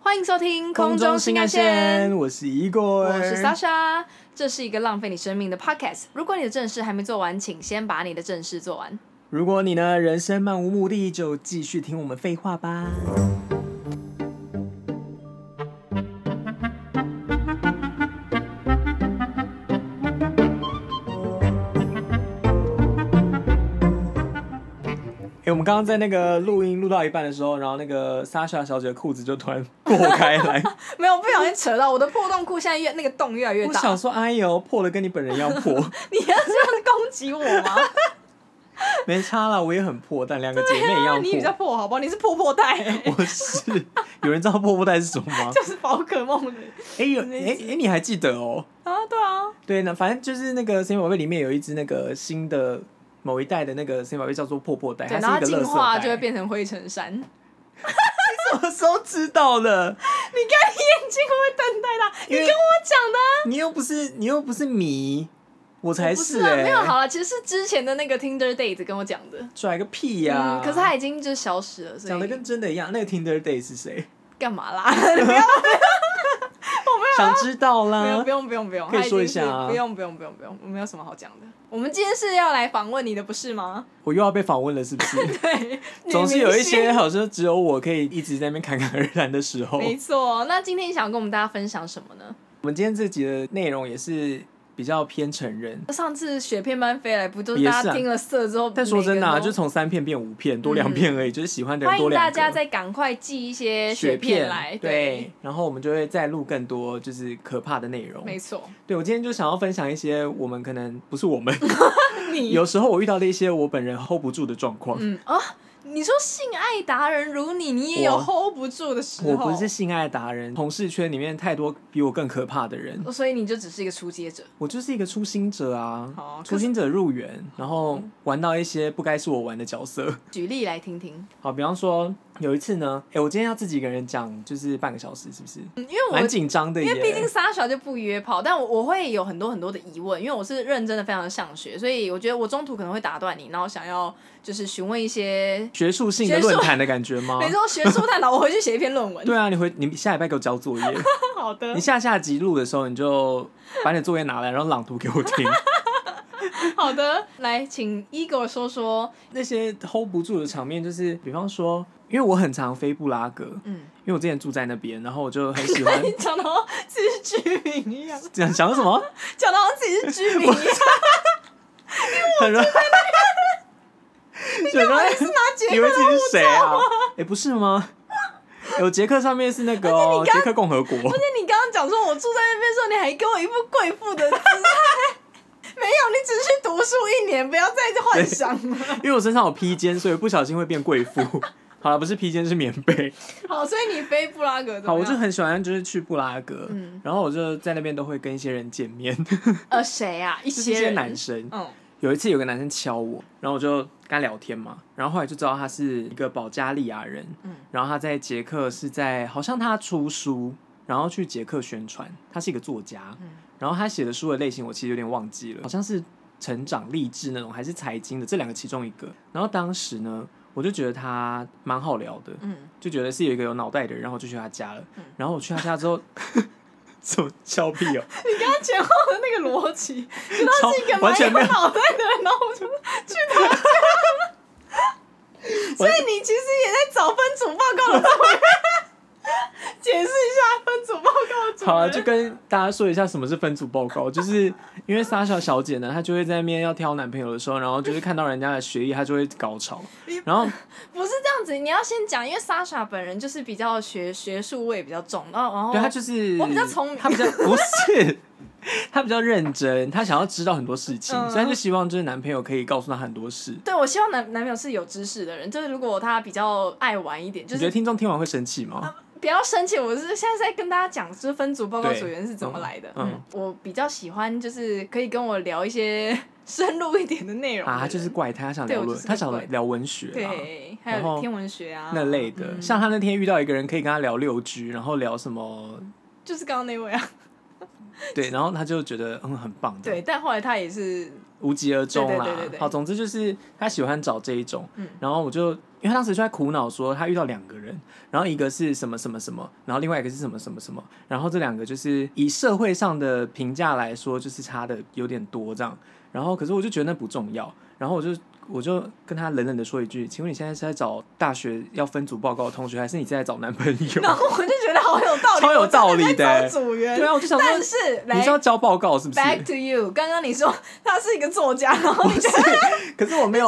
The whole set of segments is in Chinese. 欢迎收听空中新干线，，我是一哥，我是 Sasha。这是一个浪费你生命的 podcast。如果你的正事还没做完，请先把你的正事做完。如果你呢人生漫无目的，就继续听我们废话吧。哎诶我们刚刚在那个录音录到一半的时候，然后那个 Sasha 小姐的裤子就突然破 开来，没有，不小心扯到我的破洞裤，现在越那个洞越来越我大。想说，哎呦，破的跟你本人一样破，你要这样攻击我吗？没差啦，我也很破，但两个姐妹一对啊 样你比较破。破，好不好？你是破破袋， 我是，有人知道破布袋是什么 吗？就是宝可梦的哎有那哎哎，你还记得哦？啊，对啊，对呢，反正就是那个神奇宝贝里面有一只那个新的某一代的那个神奇宝贝叫做破破袋，对，哎它然后它是一个进垃圾化袋。就会变成灰尘山。你什么时 候知道的？看眼睛会不会瞪太大？你因为跟我讲的啊。你又不是你又不是迷，我才我不是啊，哎、没有好了，其实是之前的那个 Tinder date 跟我讲的。拽个屁呀、嗯，可是他已经就是消失了，所讲的以跟真的一样。那个 Tinder Day 是谁？干嘛 啦？你不要想知道没有，啦不。用，不用，不用，可以他已说一经是下啊不用，不用，不用，不用，我没有什么好讲的。我们今天是要来访问你的，不是吗？我又要被访问了，是 不是？对，女 总是有一明星 些。哦好像只有我可以一直在那边侃侃而谈的时候。没错，那今天想跟我们大家分享什么呢？我们今天这集的内容也是比较偏成人，上次雪片般飞来，不就是也是大啊家听了色之后，但说真的、每啊，个人都嗯就从三片变五片，多两片而已，就是 喜欢的人欢多迎两大个。家再赶快寄一些雪片来，对，然后我们就会再录更多就是可怕的内容。没错，对我今天就想要分享一些我们可能不是我 们，你有时候我遇到的一些我本人 hold 不住的状况。嗯啊，你说性爱达人如你，你也有我啊 hold 不住的时候，我不是性爱达人，同事圈里面太多比我更可怕的人，哦所以你就只是一个出街者。我就是一个初心者啊好，可初是嗯心者入园，然后玩到一些不该是我玩的角色。举例来听听，好，比方说有一次呢，哎、我今天要自己一个人讲，就是半个小时，是不是？嗯，因为我蛮紧张的耶，因为毕竟 Sasha 就不约炮，但我我会有很多很多的疑问，因为我是认真的非常的上学，所以我觉得我中途可能会打断你，然后想要就是询问一些，学术性的论坛的感觉吗比？如说学术探讨，我回去写一篇论文。哦对啊，你回你下礼拜给我交作业， 好的你，下下集录的时候你就把你的作业拿来，然后朗读给我听。 好的，来，请一给我说说，那些 hold 不住的场面，就是比方说，因为我很常飞布拉格，嗯，因为我之前住在那边，然后我就很喜欢 你讲的好像自己是居民一样，讲 讲什么，讲的好像自己是居 民一样，很 容易，就很容易是拿 杰以克为自己是谁啊？ 哎、不是吗？ 有捷克上面是那个哦捷、克共和国，那你刚刚讲说我住在那边的时候，你还给我一副贵妇的姿态， 没有，你只是去读书一年，不要再幻想了。 因为我身上有披肩，所以不小心会变贵妇。 好了，不是披肩是棉被。 好，所以你飞布拉格怎么样好，我就很喜欢就是去布拉格，嗯然后我就在那边都会跟一些人见面， 呃谁啊？一就是些一些人男，生。嗯，有一次有个男生敲我，然后我就跟他聊天嘛，然后后来就知道他是一个保加利亚人，嗯然后他在捷克是在好像他出书，然后去捷克宣传，他是一个作家，嗯然后他写的书的类型我其实有点忘记了，好像是成长励志那种，还是财经的这两个其中一个。然后当时呢，我就觉得他蛮好聊的，嗯，就觉得是有一个有脑袋的人，然后我就去他家了嗯。然后我去他家之后， 怎么笑屁哦、你刚刚前后的那个逻辑，知超道是一个完蛮全没有有脑袋的人，然后我就 去他家，所以你其实也在找分组报告的同学。 解释一下分组报告 主人好啊，就跟大家说一下什么是分组报告，就是因为莎小小姐呢，她就会在那边要挑男朋友的时候，然后就是看到人家的学历，她就会高潮。然后不是这样子，你要先讲，因为 Sasha 本人就是比较学学术味比较重，然后然后对她就是我比较聪明她比较不是，她比较认真，她想要知道很多事情，嗯所以她就希望就是男朋友可以告诉她很多事。对我希望男男朋友是有知识的人，就是如果他比较爱玩一点，就你觉得是听众听完会生气吗？不要生气。我是现在在跟大家讲，就是分组报告对组员是怎么来的。嗯嗯，嗯我比较喜欢就是可以跟我聊一些深入一点的内容的人啊，她就是怪她她想对聊我论就，是她个想怪聊文学啊对，还然有后天文学啊那类的。嗯像她那天遇到一个人，可以跟她聊六居，然后聊什么就是刚刚那位啊。对，然后她就觉得嗯很棒。对，，但后来他也是 无疾而终对啦。对对对对好，总之就是他喜欢找这一种，嗯然后我就因为他当时就在苦恼说他遇到两个人，然后一个是什么什么什么，然后另外一个是什么什么什么，然后这两个就是以社会上的评价来说，就是差的有点多这样。然后可是我就觉得那不重要，然后我就。我就跟他冷冷的说一句：“请问你现在是在找大学要分组报告的同学，还是你是在找男朋友？”然后我就觉得好有道理，超有道理的我真在找组员 对。啊，我就想说但，是你来是要交报告是不是？ back to you，刚刚你说他是一个作 家，然后你觉得可是我没有，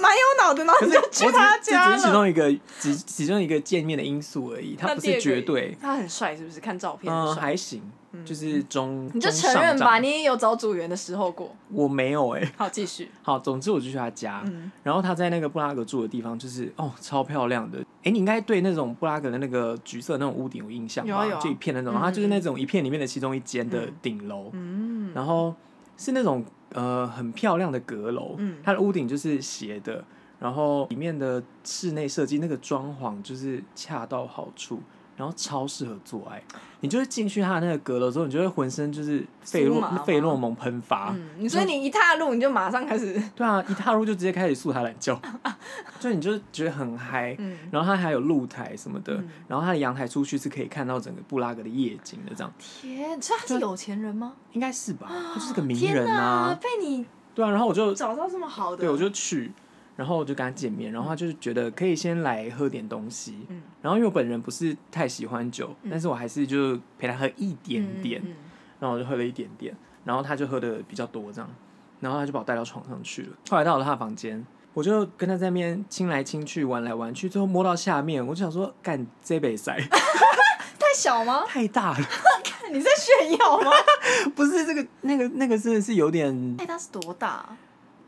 蛮有脑的，然后可你是就 去我只是他这家只是其了。中一个其其中一个见面的因素而已，它那不第二是个绝对。他很帅是不是？看照片嗯，很帅，还行，就是中。嗯你就中承上认这样吧，你也有找组员的时候过。我没有哎、好，继续。好，总之我就去他家，嗯然后他在那个布拉格住的地方，就是哦，超漂亮的。哎、你应该对那种布拉格的那个橘色那种屋顶有印象吧？有啊有啊就一片那种，嗯然后它就是那种一片里面的其中一间的顶楼，嗯，然后是那种呃很漂亮的阁楼，嗯它的屋顶就是斜的，然后里面的室内设计那个装潢就是恰到好处，然后超适合做爱。你就是进去它的那个阁楼之后，你就会浑身就是费酥洛麻吗费洛蒙喷发，嗯，你所以你一踏入你就马上开始，对啊，一踏入就直接开始素他懒 觉，就你就觉得很嗨。嗯，然后它还有露台什么的，嗯然后它的阳台出去是可以看到整个布拉格的夜景的，这样天，所以他是有钱人吗？应该是吧？他就是个名哦天人哪，啊，被你对啊。然后我就找到这么好的，嗯对，我就去，然后我就跟他见面，然后他就是觉得可以先来喝点东西，嗯然后因为我本人不是太喜欢酒，嗯但是我还是就陪他喝一点点，嗯嗯嗯然后我就喝了一点点，然后他就喝的比较多这样，然后他就把我带到床上去了。后来到了他的房间，我就跟他在那边亲来亲去，玩来玩去，最后摸到下面，我就想说，干这北塞 太小吗？太大了，你在炫耀吗？不是这个那个那个真的是有点 哎，他是多大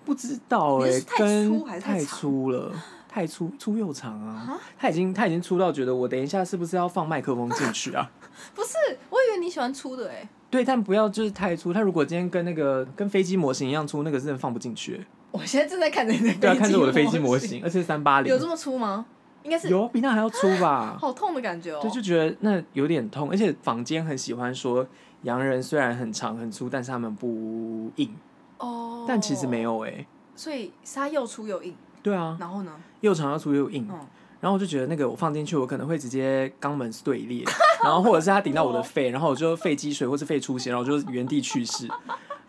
不知道你哎、是太粗还跟是太太长粗了，太粗粗又长啊啊！他已经他已经粗到觉得我等一下是不是要放麦克风进去啊？ 不是，我以为你喜欢粗的哎、对，但不要就是太粗。他如果今天跟那个跟飞机模型一样粗，那个真的放不进去。我现在正在看着你的对啊，看着我的飞飞机模型，型，而且三八零有这么粗吗？应该是有比那还要粗吧？好痛的感觉哦。对，就觉得那有点痛，而且坊间很喜欢说洋人虽然很长很粗，但是他们不硬，哦，但其实没，有哎、所以是它又粗又硬。对啊，然后呢？又长又粗又硬。嗯然后我就觉得那个我放进去，我可能会直接肛门碎裂， 然后或者是它顶到我的哦肺，然后我就肺积水或是肺出血，然后我就原地去世。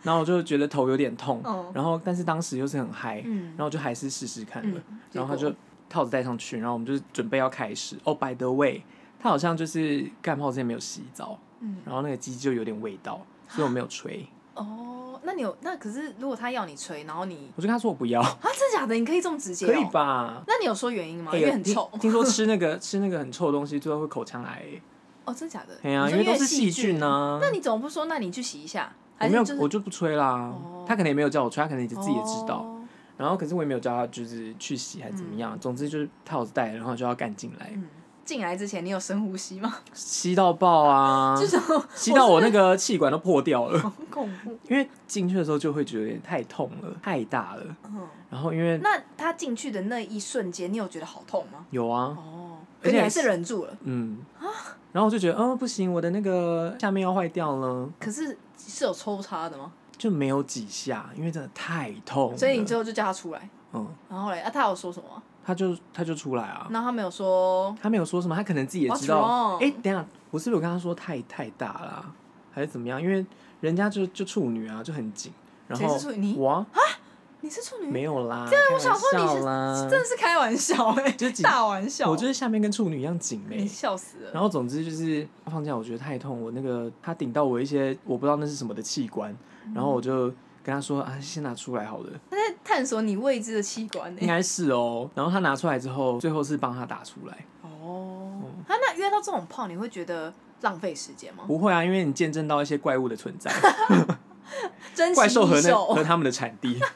然后我就觉得头有点痛哦，然后但是当时又是很嗨，嗯然后就还是试试看了嗯。结然后他果就套子戴上去，然后我们就准备要开始。哦、b y the way，他好像就是干炮之前没有洗澡，嗯然后那个鸡就有点味道，所以我没 有吹。哦，那你有那可是如果他要你吹，然后你我就跟他说我不要，啊，真假的？你可以这么直接、哦？可以？吧？那你有说原因吗？哎因为很臭听听说吃那个吃那个很臭的东西，最后会口腔癌、欸。哦，真假的？对呀、你说因为都越是细菌菌。啊。那你怎么不说？那你去洗一下？我还没是有，就是我就不吹啦。哦他可能也没有叫我吹，他可能就自己也知道。哦然后，可是我也没有叫他就是去洗还是怎么样。总之就是套子戴了，然后就要干进来，嗯，进来之前你有深呼吸吗？吸到爆啊！这种 吸到我那个气管都破掉了。 好恐怖。因为进去的时候就会觉得有点太痛了，太大了。嗯，然后因为那他进去的那一瞬间，你有觉得好痛吗？有啊，哦，啊而且可你还是忍住了。嗯，然后我就觉得，嗯，不行，我的那个下面要坏掉了，可是是有抽插的吗？就没有几下，因为真的太痛了。所以你最后就叫他出来，嗯，然后嘞，啊，他有说什么吗？他就他就出来啊，然后他没有说，他没有说什么，他可能自己也知 What's 道。 wrong？哎、等一下，我是不是有跟他说太太大啦、还是怎么样？因为人家就就处女啊，就很紧。然后谁是处女你我啊你是处女，没有啦，对，啊我想说开你玩笑是啦真的是开玩笑哎、就是几大玩笑，我就是下面跟处女一样紧嘞、你笑死了。然后总之就是放假，我觉得太痛，我那个他顶到我一些我不知道那是什么的器官，嗯然后我就跟他说啊，先拿出来好 了，他在探索你未知的器官呢、欸应该是哦。然后他拿出来之后，最后是帮他打出来，哦，嗯他那约到这种炮，你会觉得浪费时间吗？不会啊，因为你见证到一些怪物的存在，珍惜怪兽和异那兽和他们的产地。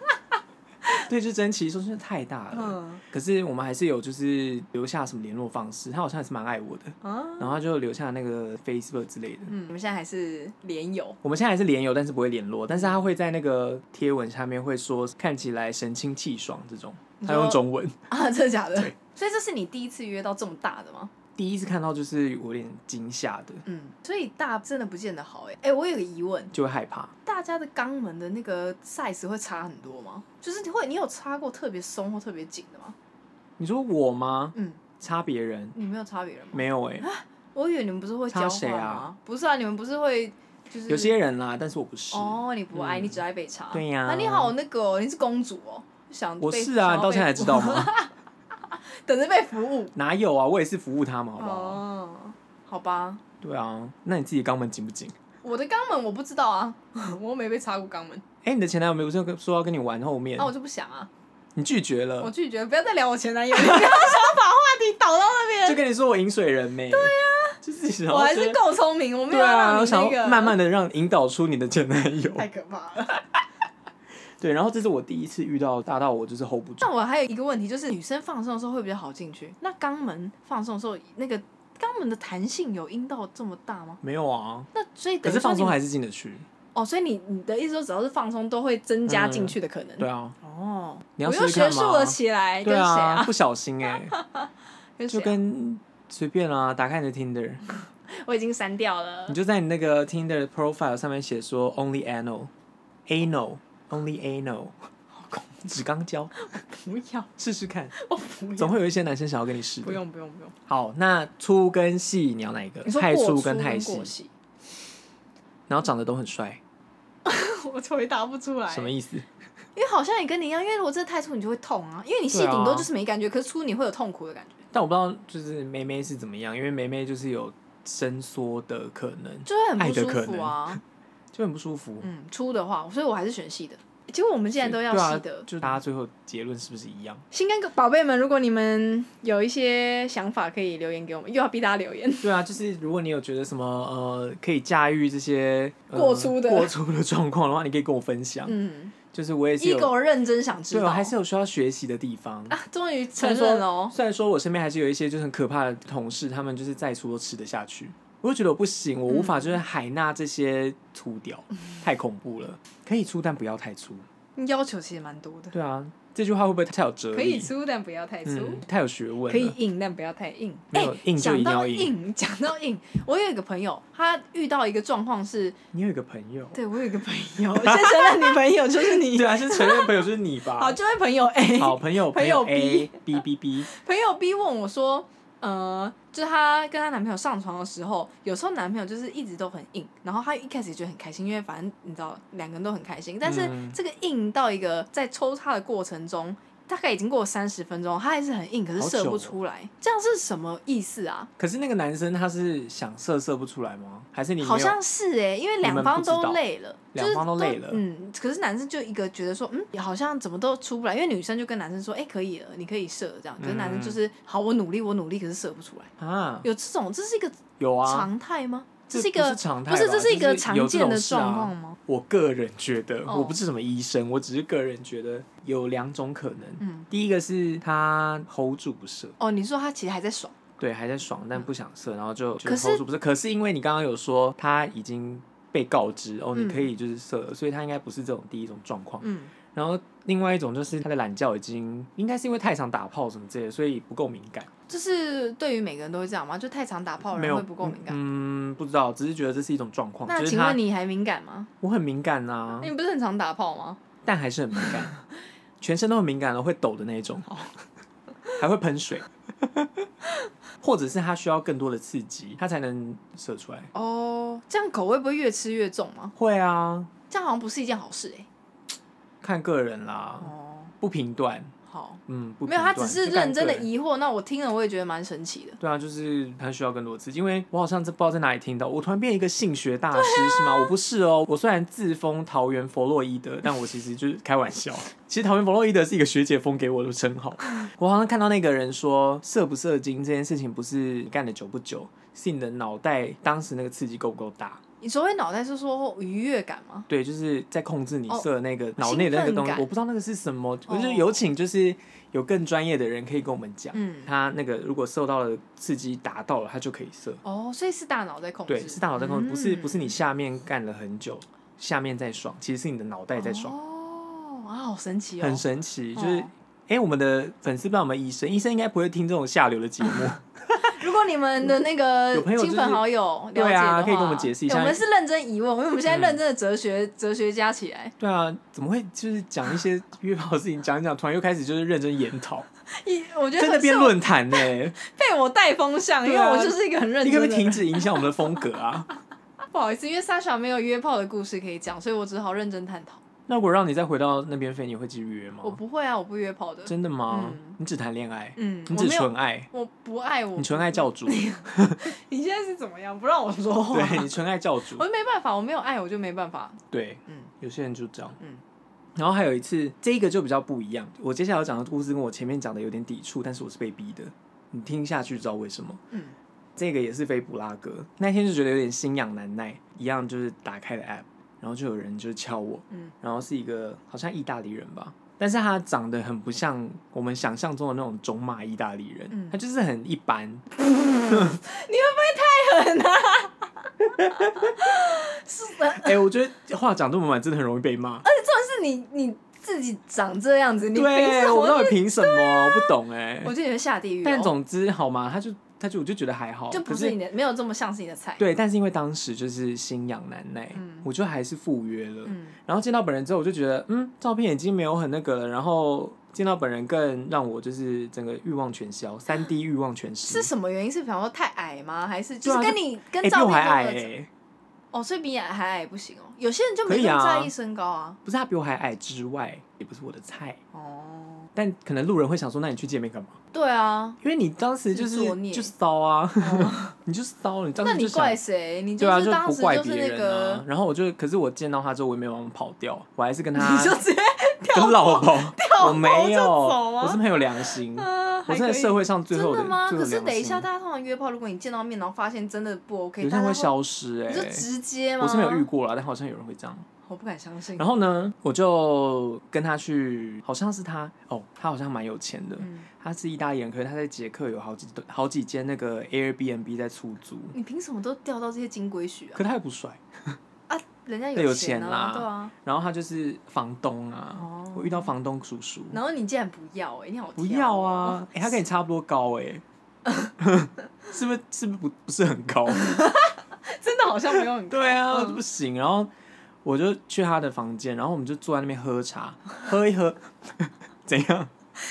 对，就珍奇说真的太大了，嗯可是我们还是有就是留下什么联络方式，他好像还是蛮爱我的，啊，然后他就留下那个 Facebook 之类的。嗯，你们现在还是连友，我们现在还是连友，但是不会联络，但是他会在那个贴文下面会说看起来神清气爽这种，你他说用中文，啊，真的假的对？所以这是你第一次约到这么大的吗？第一次看到就是有点惊吓的，嗯，所以大真的不见得好哎、欸、哎、我有个疑问，就会害怕。大家的肛门的那个 size 会差很多吗？就是你会你有插过特别松或特别紧的吗？你说我吗？嗯，啊插别人你没有插别人吗？没有哎、我以为你们不是会插交谁换吗？啊不是啊，你们不是会就是有些人啦，但是我不是。哦，你不爱，嗯你只爱被插。对呀啊，你好那个哦，你是公主哦，想我被是啊，想你要到被现在才知道吗？服务等着被服务。哪有啊，我也是服务他们， 好不好？哦，好吧，对啊，那你自己肛门紧不紧？我的肛门我不知道啊， 我又没被插过肛门，哎、你的前男友没有说说要跟你玩后面，那我就不想啊，你拒绝我了，拒绝，不要再聊我前男友，你不要想把话题导到那就边。跟你说我饮水人没？对啊，就是想要我还觉是得够聪明，我没对有让啊，你我想那要个哎慢慢的让引导出你的前男友。太可怕了。 对，然后这是我第一次遇到大到我就是 hold 不住那，我还有一个问题，就是女生放松的时候会比较好进去，那肛门放松的时候，那个肛门的弹性有阴道这么大吗？没有啊，那所以可等于是说放你松还是进得去。哦，所以你你的意思说，只要是放松，都会增加进去的可能。嗯对啊，哦，你要我试又试看学吗术了起来，跟对谁啊，啊？不小心哎、 跟谁就啊？跟随便啊，打开你的 Tinder，我已经删掉了你。就在你那个 Tinder profile 上面写说 only anal，anal only anal，只肛交，不要，试试看，我不总要，会有一些男生想要跟你试的。不用，不用，不用。好，那粗跟细你要哪一个？你说太过粗粗跟太过细，细，然后长得都很帅， 我回答不出来。什么意思？因为好像也跟你一样，因为如果真的太粗，你就会痛啊。因为你细对啊顶多就是没感觉，可是粗你会有痛苦的感觉，但我不知道就是梅梅是怎么样，因为梅梅就是有伸缩的可能，就会很爱不的舒可服啊。就很不舒服。嗯，粗的话，所以我还是选细的。结果我们竟然都要对啊细的。就大家最后结论是不是一样？心肝哥宝贝们，如果你们有一些想法，可以留言给我们，又要逼大家留言。对啊，就是如果你有觉得什么呃可以驾驭这些、呃过粗的过粗的状况的话，你可以跟我分享。嗯就是我也是一有，狗认真想知对道，我还是有需要学习的地方。啊，终于承虽然认说了哦。虽然说我身边还是有一些就是很可怕的同事，他们就是再粗都吃得下去。我就觉得我不行，我嗯无法就是海纳这些 粗屌，太恐怖了。可以粗，但不要太粗。你要求其实蛮多的，对啊，这句话会不会太有哲理？可以粗但不要太粗，嗯，太有学问了。可以硬但不要太硬。哎没有硬就一讲定到要硬，讲到硬，我有一个朋友，他遇到一个状况是，你有一个朋友，对我有一个朋 友，先承认女朋友就是你对，啊，是承认朋友就是你吧？ 好，这位朋友哎 A，好朋友朋友 A B B B，朋友 B 问我说，呃，就是她跟她男朋友上床的时候，有时候男朋友就是一直都很硬，然后她一开始也觉得很开心，因为反正你知道两个人都很开心，但是嗯这个硬到一个在抽插的过程中。大概已经过了三十分钟，她还是很硬，可是好射久不哦出来，这样是什么意思啊？可是那个男生他是想射射不出来吗？还是你没有好像是哎、因为你们两方不知道都累了，两就是方都累了嗯，可是男生就一个觉得说，嗯，好像怎么都出不来，因为女生就跟男生说，哎、可以了，你可以射这样，可是男生就是、好，我努力，我努力，可是射不出来。啊？有这种，这是一个有啊，常态吗？这这是一不个是常态不吧，是这是一个就常有这见种的事啊状况吗？我个人觉得，哦我不是什么医生，我只是个人觉得有两种可能。嗯，第一个是他 hold 住不射，哦，你说他其实还在爽，对，还在爽，但不想射，然后就觉嗯可得是 hold 住不射。可是因为你刚刚有说他已经被告知哦，嗯你可以就是射了，所以他应该不是这种第一种状况。嗯，然后另外一种就是他的懒觉已经应该是因为太常打炮什么之类的，所以不够敏感。就是对于每个人都会这样吗？就太常打炮的没哦人有会不够敏感？嗯，不知道，只是觉得这是一种状况。那就是请他嗯问你哎还敏感吗？我很敏感呐、你不是很常打炮吗？但还是很敏 感，全身都很敏感了，会抖的那一哦种，还会喷水， 或者是他需要更多的刺激，他才能射出来。哦，这样口味不会越吃越重吗？会啊，这样好像不是一件好事哎、看个人啦，哦，不评断，好，嗯，不哦没有，他评断只是就看认真个的人疑惑。那我听了我也觉得蛮神奇的。对啊，就是他需要更多的刺激，因为我好像在不知道在哪里听到，我突然变一个性学大师、啊是吗？我不是哦，我虽然自封桃园弗洛伊德，但我其实就是开玩笑。其实桃园弗洛伊德是一个学姐封给我的称号。我好像看到那个人说，射不射精这件事情不是你干的久不久，是你的脑袋当时那个刺激够不够大。你所谓脑袋是说愉悦感吗？对，就是在控制你哦射的那个脑内的那个兴奋东西，感我不知道那个是什么，我就哦有请就是有更专业的人可以跟我们讲，嗯他那个如果受到了刺激达到了，他就可以射。哦，所以是大脑在控制，对，是大脑在控制，不是不是嗯你下面干了很久，下面在爽，其实是你的脑袋在爽，哦，啊，好神奇哦，很神奇。就是，哦 哎、我们的粉丝不知道我们医生，医生应该不会听这种下流的节目，如果你们的那个有朋友就是亲朋好友了解的对啊话，可以跟我们解释一下哎我们是认真疑问，因为我们现在认真的哲学、哲学家起 来，对啊，怎么会就是讲 一些约炮的事情，讲一讲，突然又开始就是认真研讨，一我觉得真的是变我论坛 呢、被我带风向，因对为啊我就是一个很认你真可的不可人。以停止影响我们的风格啊？ 不好意思，因为 Sasha 没有约炮的故事可以讲，所以我只好认真探讨。那如果让你再回到那边飞，你会继续约吗我？不会啊，我不约炮的。哦真的吗？嗯你只谈恋爱，嗯，你我只没有，纯爱，我不爱我。你纯爱教主，你现在是怎么样？不让我说话。对你纯爱教主我，没办法，我没有爱，我就没办法。对，嗯有些人就这样。嗯然后还有一次，这个就比较不一样。我接下来要讲的故事跟我前面讲的有点抵触，但是我是被逼的。你听下去就知道为什么。嗯这个也是飞布拉格，那天就觉得有点心痒难耐，一样就是打开了 app，然后就有人就敲我，嗯然后是一个好像意大利人吧，但是他长得很不像我们想象中的那种种马意大利人，嗯他就是很一般，是的，哎、我觉得话讲这么满，真的很容易被骂。但是你你自己长这样呃子，你凭对，什我么到底凭什么？我不懂哎、我觉得你会下地狱、哦。但总之，好吗？他就他就我就觉得还好，就不哦可是你的，没有这么像是你的菜。，对，但是因为当时就是心痒难耐，嗯我就还是赴约了。嗯然后见到本人之后，我就觉得，嗯，照片已经没有很那个了，然后见到本人更让我就是整个欲望全消，三 D 欲望全是失。什么原因？是比方说太矮吗？还是就对啊是跟你、跟哎、比照我片还矮中哎、的哦，所以比你矮还矮不行哦。有些人就没可以那啊么在意身高啊。不是他比我还矮之外，也不是我的菜。哦，但可能路人会想说，那你去见面干嘛？对 啊，因为你当时就是自作孽就骚啊， 你就骚，你当那时就你想怪谁？你对啊，是当不时怪就是别那人个，啊。然后我就，可是我见到他之后，我也没有办法跑掉，我还是跟他 你就 直接跟 老婆，我跑没就有，走啊我是很有良心，啊，我还是在可以社会上最真后的吗？最可后的是良等一下，心大家通常约炮，如果你见到面然后发现真的不 OK，有些大人家会消失哎、你就直接吗？我是没有遇，过啦，但好像有人会这样。我不敢相信。然后，后呢，我就跟他去，好像是他哦，他好像蛮有钱的，嗯，他是意大利人，可是他在捷克有好几好几间那个 Airbnb 在出租，你凭什么都钓到这些金龟婿啊？可他也不帅。啊，人家对有钱啊钱啦，对啊。然后他就是房东啊，哦我遇到房东叔叔，然后你竟然不要、欸，你好、嗯不要！啊！哎、他跟你差不多高哎、 是不是是不是不不是很高？真的好像没有很 对啊，嗯不行。然后我就去他的房间，然后我们就坐在那边喝茶，喝一喝， 怎样？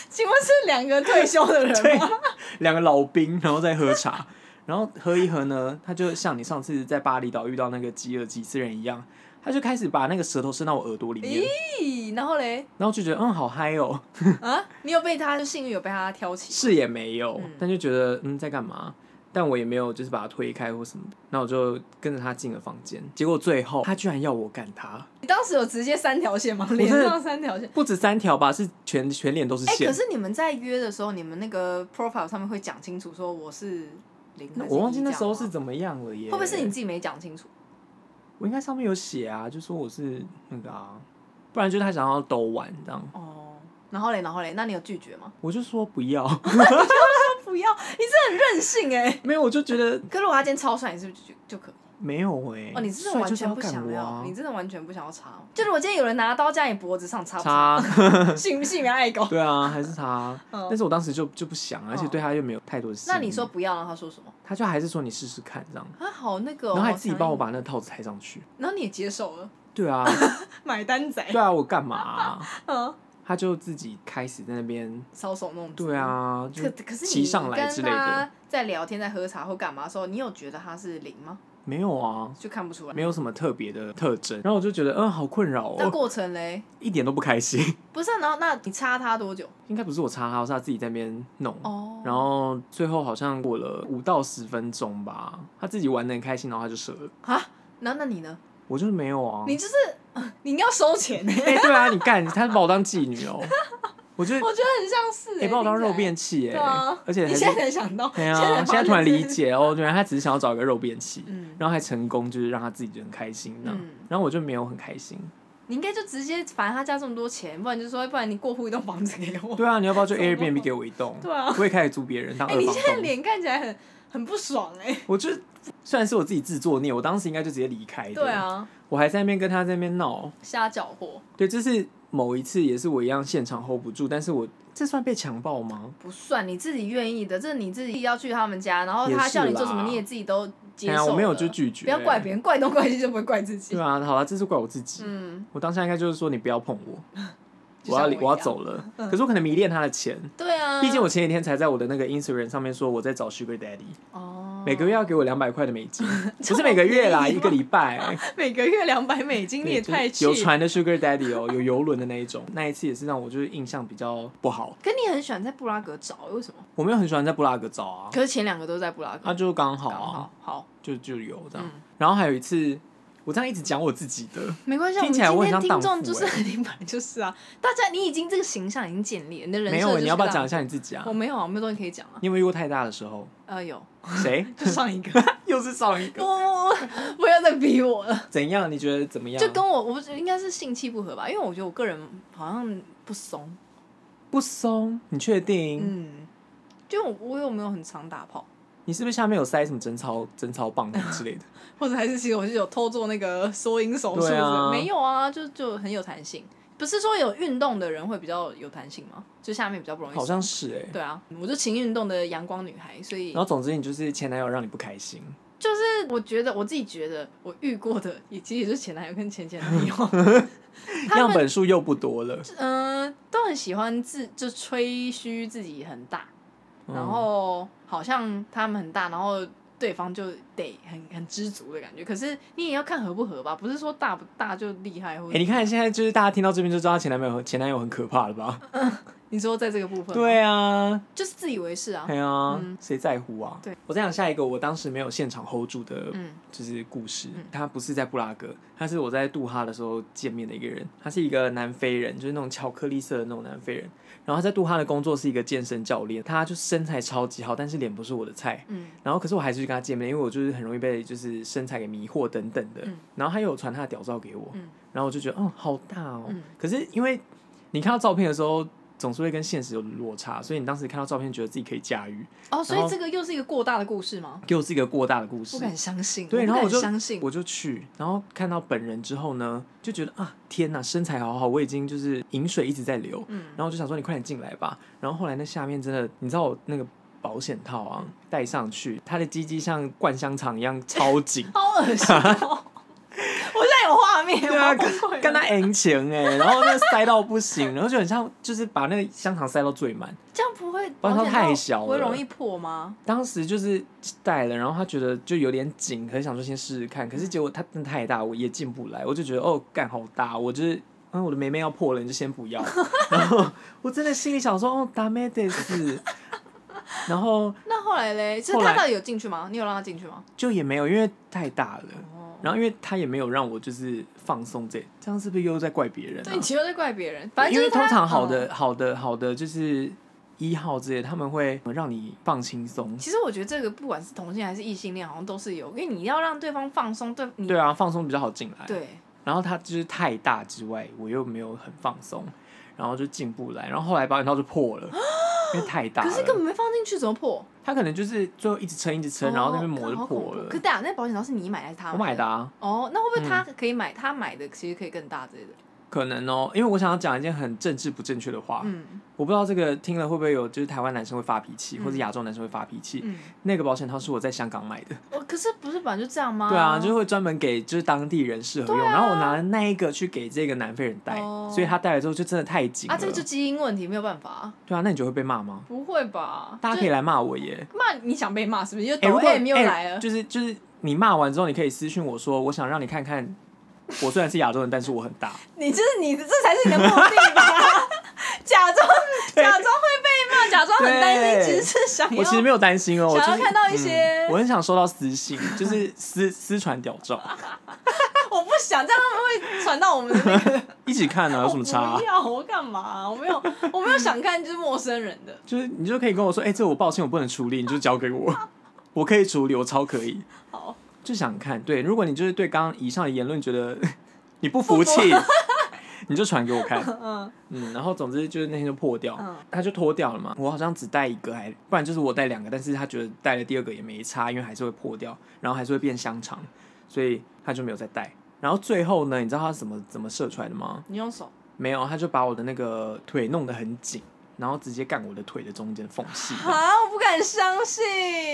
请问是两个退休的人对啊吗？，两个老兵，然后再喝茶，然后喝一喝呢，他就像你上次在巴厘岛遇到那个饥饿几次人一样，他就开始把那个舌头伸到我耳朵里面，咦，然后嘞，然后就觉得嗯，好嗨哦、啊，你有被他就幸运有被他挑起，是也没有，嗯但就觉得嗯在干嘛？但我也没有就是把他推开或什么的，那我就跟着他进了房间。结果最后他居然要我干他，你当时有直接三条线吗？真的连上三条线。不止三条吧，是全全脸都是哎、线。可是你们在约的时候，你们那个 profile 上面会讲清楚说我是零还是一那这样吗，我忘记那时候是怎么样了会耶。不会是你自？己没讲清楚？我应该上面有写啊，就说我是那个啊，不然就是他想要兜玩这样，哦，然后嘞，然后嘞，那你有拒绝吗？ 我就说不要， 不要，你是很任性哎、没有，我就觉得可如果他今天超帅，你是不是就就可以？没有哎、哦，你真的帅完就是全要不干想我要，啊你真的完全不想要插哦。就如果今天有人拿刀架你脖子上插不插，他，信不信你爱 狗？对啊，还是 他。嗯但是我当时就就不想，而且对他又没有太多的吸引哦那力。你说不要，然后他说什么？他就还是说你试试看这样，啊，好那个、哦，然后还自己好强硬帮我，把那个套子抬上去。然后你也接受 了，对啊，买单仔，对啊，我干嘛啊、嗯，他就自己开始在那边， 搔首弄姿。对。啊，就可可是骑你上来之跟类的，他在聊天、在喝茶或干嘛的时候，你有觉得他是零吗？没有啊，就看不出来。没有什么特别的特征。然后我就觉得，嗯，好困扰那哦，过程嘞，一点都不开心。 不是啊、然后那你插他多久？应该不是我插他，是他自己在那边弄。哦，然后最后好像过了五到十分钟吧，他自己玩的很开心，然后他就射了，啊，那那你呢？我就是没有啊。你就是 呃你应该要收钱 呢、哎、对啊，你干，他把我当妓女哦，我觉 得我觉得很像是、欸，也、把我当肉变。便器哎、对啊，而且还你是现在才想到，对才啊，发现在突然现理这是，解哦，原来他只是想要找一个肉便器，嗯，然后还成功，就是让他自己就很开心这样。嗯然后我就没有很开心。你应该就直接，反正他家这么多钱，不然你就说，不然你过户一栋房子给我。对啊，你要不要就怎么 Airbnb 给我一栋？对啊，我也开始租别人当哎、二你房现在东。脸看起来很很不爽哎、我就虽然是我自己自作孽，我当时应该就直接离开的。对，啊，我还在那边跟他在那边闹。瞎搅和，对，这是某一次也是我一样现场 hold 不住，但是我这算被强暴吗？不算你自己愿意的，这你自己要去他们家，然后也他叫你是做什么啦你也自己都接哎受了。呀，我没有就拒绝。不要怪别人，怪东怪西就不会怪自己对。啊，好了，这是怪我自己。嗯，我当下应该就是说你不要碰我，就我要像离我我要一样走了。嗯可是我可能迷恋他的钱，对啊，毕竟我前几天才在我的那个 Instagram 上面说我在找 Sugar Daddy，哦每个月要给我两百块的美金，嗯不这是么每个月啦， 便宜吗一个礼拜。每个月两百美金，你也对太就是有 cheap 船的 Sugar Daddy 哦，有游轮的那一种。那一次也是让我就是印象比较不好，可你很喜欢在布拉格找，为什么？我没有很喜欢在布拉格找啊，可是前两个都在布拉格，啊就刚好刚啊好，好，就就有这样嗯。然后还有一次，我这样一直讲我自己的，没关系啊。听起来我我们很今像天听众就荡妇是欸很明白，就是啊，大家你已经这个形象已经建立了，你的人没设就有欸，是你要不要个讲荡一下你自己啊妇？我？没有啊，我没有东西可以讲啊。你有没有遇过太大的时候？呃，有，谁？ 就上一个， 又是上一不个？不不，不要再逼我了。怎样？你觉得怎么样？就跟我，我不是应该是性气不合吧，因为我觉得我个人好像不松，不松？你确定？嗯，就我我有没有很常打炮，你是不是下面有塞什么贞操贞操棒 之类的？或者还是其实我是有偷做那个缩阴手术之对类的、啊没有啊，就就很有弹性。不是说有运动的人会比较有弹性吗？就下面比较不容易松。好像是哎、对啊，我就勤运动的阳光女孩，所以然后总之你就是前男友让你不开心，就是我觉得我自己觉得我遇过的，也其实也就是前男友跟前前男友， 他样们本数又不多了。嗯、都很喜欢自就吹嘘自己很大，嗯然后好像他们很大，然后对方就得很很知足的感觉。可是你也要看合不合吧，不是说大不大就厉害，或哎、者、你看现在就是大家听到这边就知道她前男友很前男友很可怕了 吧？你说在这个部分，，对啊，就是自以为是啊对，啊嗯，谁、在乎啊？对，我再讲下一个我当时没有现场 hold 住的，嗯就是故事嗯。他不是在布拉格，他是我在杜哈的时候见面的一个人，他是一个南非人，就是那种巧克力色的那种南非人。然后他在杜哈的工作是一个健身教练，他就身材超级好，但是脸不是我的菜。嗯，然后可是我还是去跟他见面，因为我就是很容易被就是身材给迷惑等等的。嗯然后他有传他的屌照给我，嗯然后我就觉得，嗯，好大哦。嗯可是因为你看到照片的时候，总是会跟现实有落差，所以你当时看到照片，觉得自己可以驾驭，哦，所然以后这个又是一个过大的故事吗？又是一个过大的故事不。敢相信，对，不然后我敢就相信，我就去，然后看到本人之后呢，就觉得啊，天呐，身材好好，我已经就是饮水一直在流，嗯，然后我就想说你快点进来吧。然后后来那下面真的，你知道我那个保险套啊戴上去，它的鸡鸡像灌香肠一样超紧好恶心哦！ 我现在有画面，对啊我崩溃了跟它 N 前哎，然后那塞到不行，然后就很像就是把那个香肠塞到最满。这样不会，不然它而且太小不会了容易破吗？当时就是戴了，然后他觉得就有点紧，可是想说先试试看，可是结果它真的太大，我也进不来，我就觉得哦，干好大，我就是。嗯，我的妹妹要破了，你就先不要。 然后我真的心里想说，哦，达妹得死。然后那后来嘞，是后他来到底有进去吗？你有让他进去吗？就也没有，因为太大了。哦，然后因为他也没有让我就是放松这，这样是不是又在怪别人、啊？对，你其实在怪别人，反正因就为是通他常好的、嗯好的、好的就是一号之类，他们会让你放轻松。其实我觉得这个不管是同性还是异性恋，好像都是有，因为你要让对方放松，对你对啊，放松比较好进来。对然后它就是太大之外，我又没有很放松，然后就进不来，然后后来保险套就破 了，因为太大了。可是根本没放进去，怎么破？它可能就是最后一直撑一直撑，然后那边哦膜看就好恐破怖了可。是啊，那保险套是你买还是他我买的？啊，哦，那会不会他可以买？他买的其实可以更大之类的。可能哦，因为我想要讲一件很政治不正确的话，嗯我不知道这个听了会不会有，就是台湾男生会发脾气，嗯或者亚洲男生会发脾气。嗯，那个保险套是我在香港买的，我可是不是本来就这样吗？对啊，就是会专门给就是当地人适合用，然后我拿了那一个去给这个南非人戴，啊哦所以他戴了之后就真的太紧了。啊，这个就基因问题，没有办法啊。对啊，那你就会被骂吗？不会吧？大家可以来骂我耶。就骂你想被骂是不是？又哎，抖如果 M 又哎来啊了，就是就是你骂完之后，你可以私信我说，我想让你看看，我虽然是亚洲人，但是我很大。你就是你，这才是你的目的 吧？假装假装会被骂，假装很担对心，其实是想要我其实没有担心哦，我就想要是看到一些嗯我很想收到私信，就是私 私传屌照，我不想，这样他们会传到我们的 那个。一起看啊，有什么差、我不要，我干嘛、我没有，我没有想看就是陌生人的。就是你就可以跟我说，哎、这我抱歉，我不能处理，你就交给我，我可以处理，我超可以。好，就想看，对，如果你就是对刚刚以上的言论觉得你不服气， 你就传给我 看，嗯嗯，然后总之就是那天就破掉，嗯他就脱掉了嘛。我好像只带一个还，不然就是我带两个，但是他觉得带了第二个也没差，因为还是会破掉，然后还是会变香肠，所以他就没有再带。然后最后呢，你知道他怎么怎么射出来的吗？你用手没有，他就把我的那个腿弄得很紧，然后直接干我的腿的中间缝隙。啊！我不敢相信，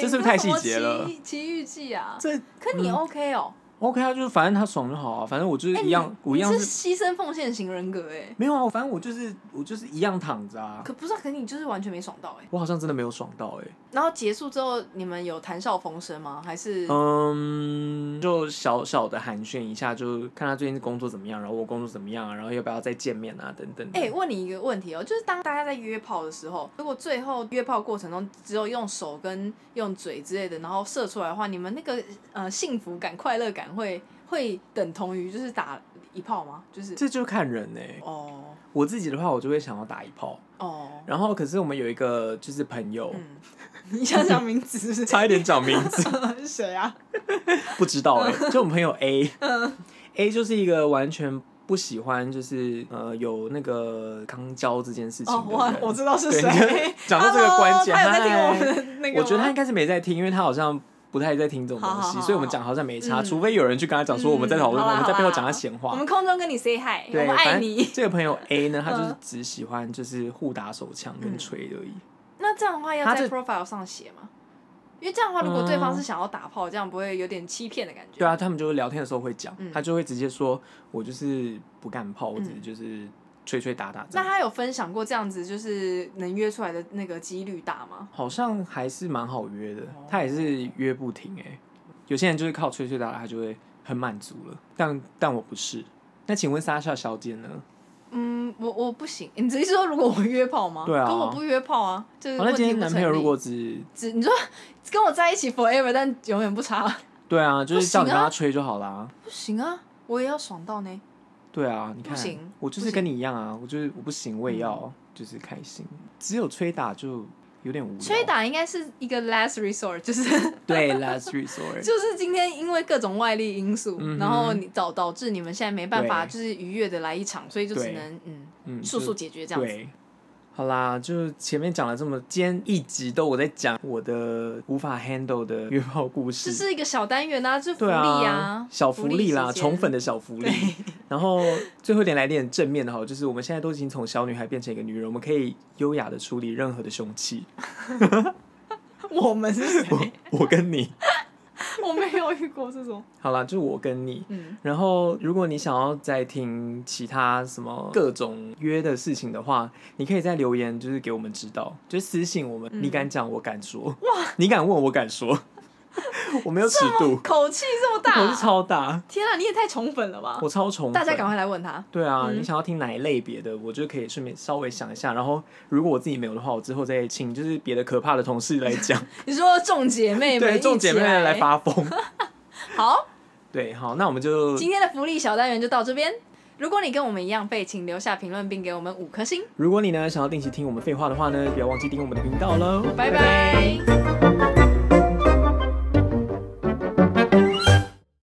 这是不是太细节这了是什么奇奇遇记啊！这可你嗯 OK 哦， OK 啊，就是反正他爽就好啊，反正我就是一样，我一哎你样是牺牲奉献型人格哎、没有啊，反正我就是我就是一样躺着啊。可不是啊，可你就是完全没爽到哎、我好像真的没有爽到哎、然后结束之后，你们有谈笑风生吗？还是、嗯，就小小的寒暄一下，就看他最近工作怎么样，然后我工作怎么样啊，然后要不要再见面啊，等等的。哎、问你一个问题哦，就是当大家在约炮的时候，如果最后约炮过程中只有用手跟用嘴之类的，然后射出来的话，你们那个呃幸福感、快乐感会会等同于就是打一炮吗？就是这就看人哎、哦我自己的话，我就会想要打一炮。 哦，然后可是我们有一个就是朋友，嗯，你想讲名字是 差一点讲名字，不是谁啊？不知道哎、就我们朋友 A，A 就是一个完全不喜欢就是呃有那个康交这件事情哦，的人。我我知道是对谁。 讲到这个关键 Hello，他有在听嗨我们的那个吗？我觉得他应该是没在听，因为他好像不太在听这种东西，好好好所以我们讲好像没差，嗯除非有人去跟他讲说我们在讨嗯论，好啦我们在背后讲好他啦闲我话们。空中跟你 say hi，我对，们爱反你正。 这个朋友 A 呢，他就是嗯只喜欢就是互打手枪跟嗯吹而已。那这样的话要他在这 profile 上写吗？因为这样的话，如果对方嗯是想要打炮，这样不会有点欺骗的感觉？对啊，他们就是聊天的时候会讲，嗯他就会直接说，我就是不干炮，我只是嗯就是吹吹打打这那样。他有分享过这样子，就是能约出来的那个几率大吗？好像还是蛮好约的，哦他也是约不停哎、有些人就是靠吹吹打打，他就会很满足了，但但我不是。那请问莎莎小姐呢？嗯，我我不行。你只是说如果我约炮吗？对啊跟我不约炮啊，就是好、问哦那题今天不男成朋友立如果只只你说跟我在一起 forever，但永远不差，对啊，就是叫你不行啊帮他吹就好啦。不行啊，我也要爽到呢。对啊，你看不行，嗯我就是跟你一样啊，我就是我不行，我也要就是开心。只有吹打就有点无聊。吹打应该是一个 last resort，就是对 last resort，就是今天因为各种外力因素，嗯哼然后你导导致你们现在没办法对就是愉悦的来一场，所以就只对能嗯嗯，速速就解决这样子。对。好啦，就前面讲了这么，今天一集都我在讲我的无法 handle 的约炮故这事，是一个小单元啊，这福利对啊，小福利啦，时间宠 粉的小福利。 然后最后一点来点正面的哈，就是我们现在都已经从小女孩变成一个女人，我们可以优雅的处理任何的凶 器。我们是谁？ 我跟你，我没有遇过这 种。好啦，就我跟你。嗯，然后，如果你想要再听其他什么各种约的事情的话，你可以在留言，就是给我们知道，就是私信我们。嗯你敢讲，我敢说； 你敢问，我敢说。 我没有尺度，口气这么大，我是超大，天啊，你也太宠粉了吧！我超宠粉。大家赶快来问他。对啊，嗯你想要听哪一类别的，我就可以顺便稍微想一下。然后，如果我自己没有的话，我之后再请就是别的可怕的同事来 讲，你说众姐妹们对，一起众姐妹哎来发 疯。好，对，好，那我们就今天的福利小单元就到这边。如果你跟我们一样废，请留下评论并给我们五颗星，如果你呢想要定期听我们废话的话呢，不要忘记订阅我们的频道喽，拜拜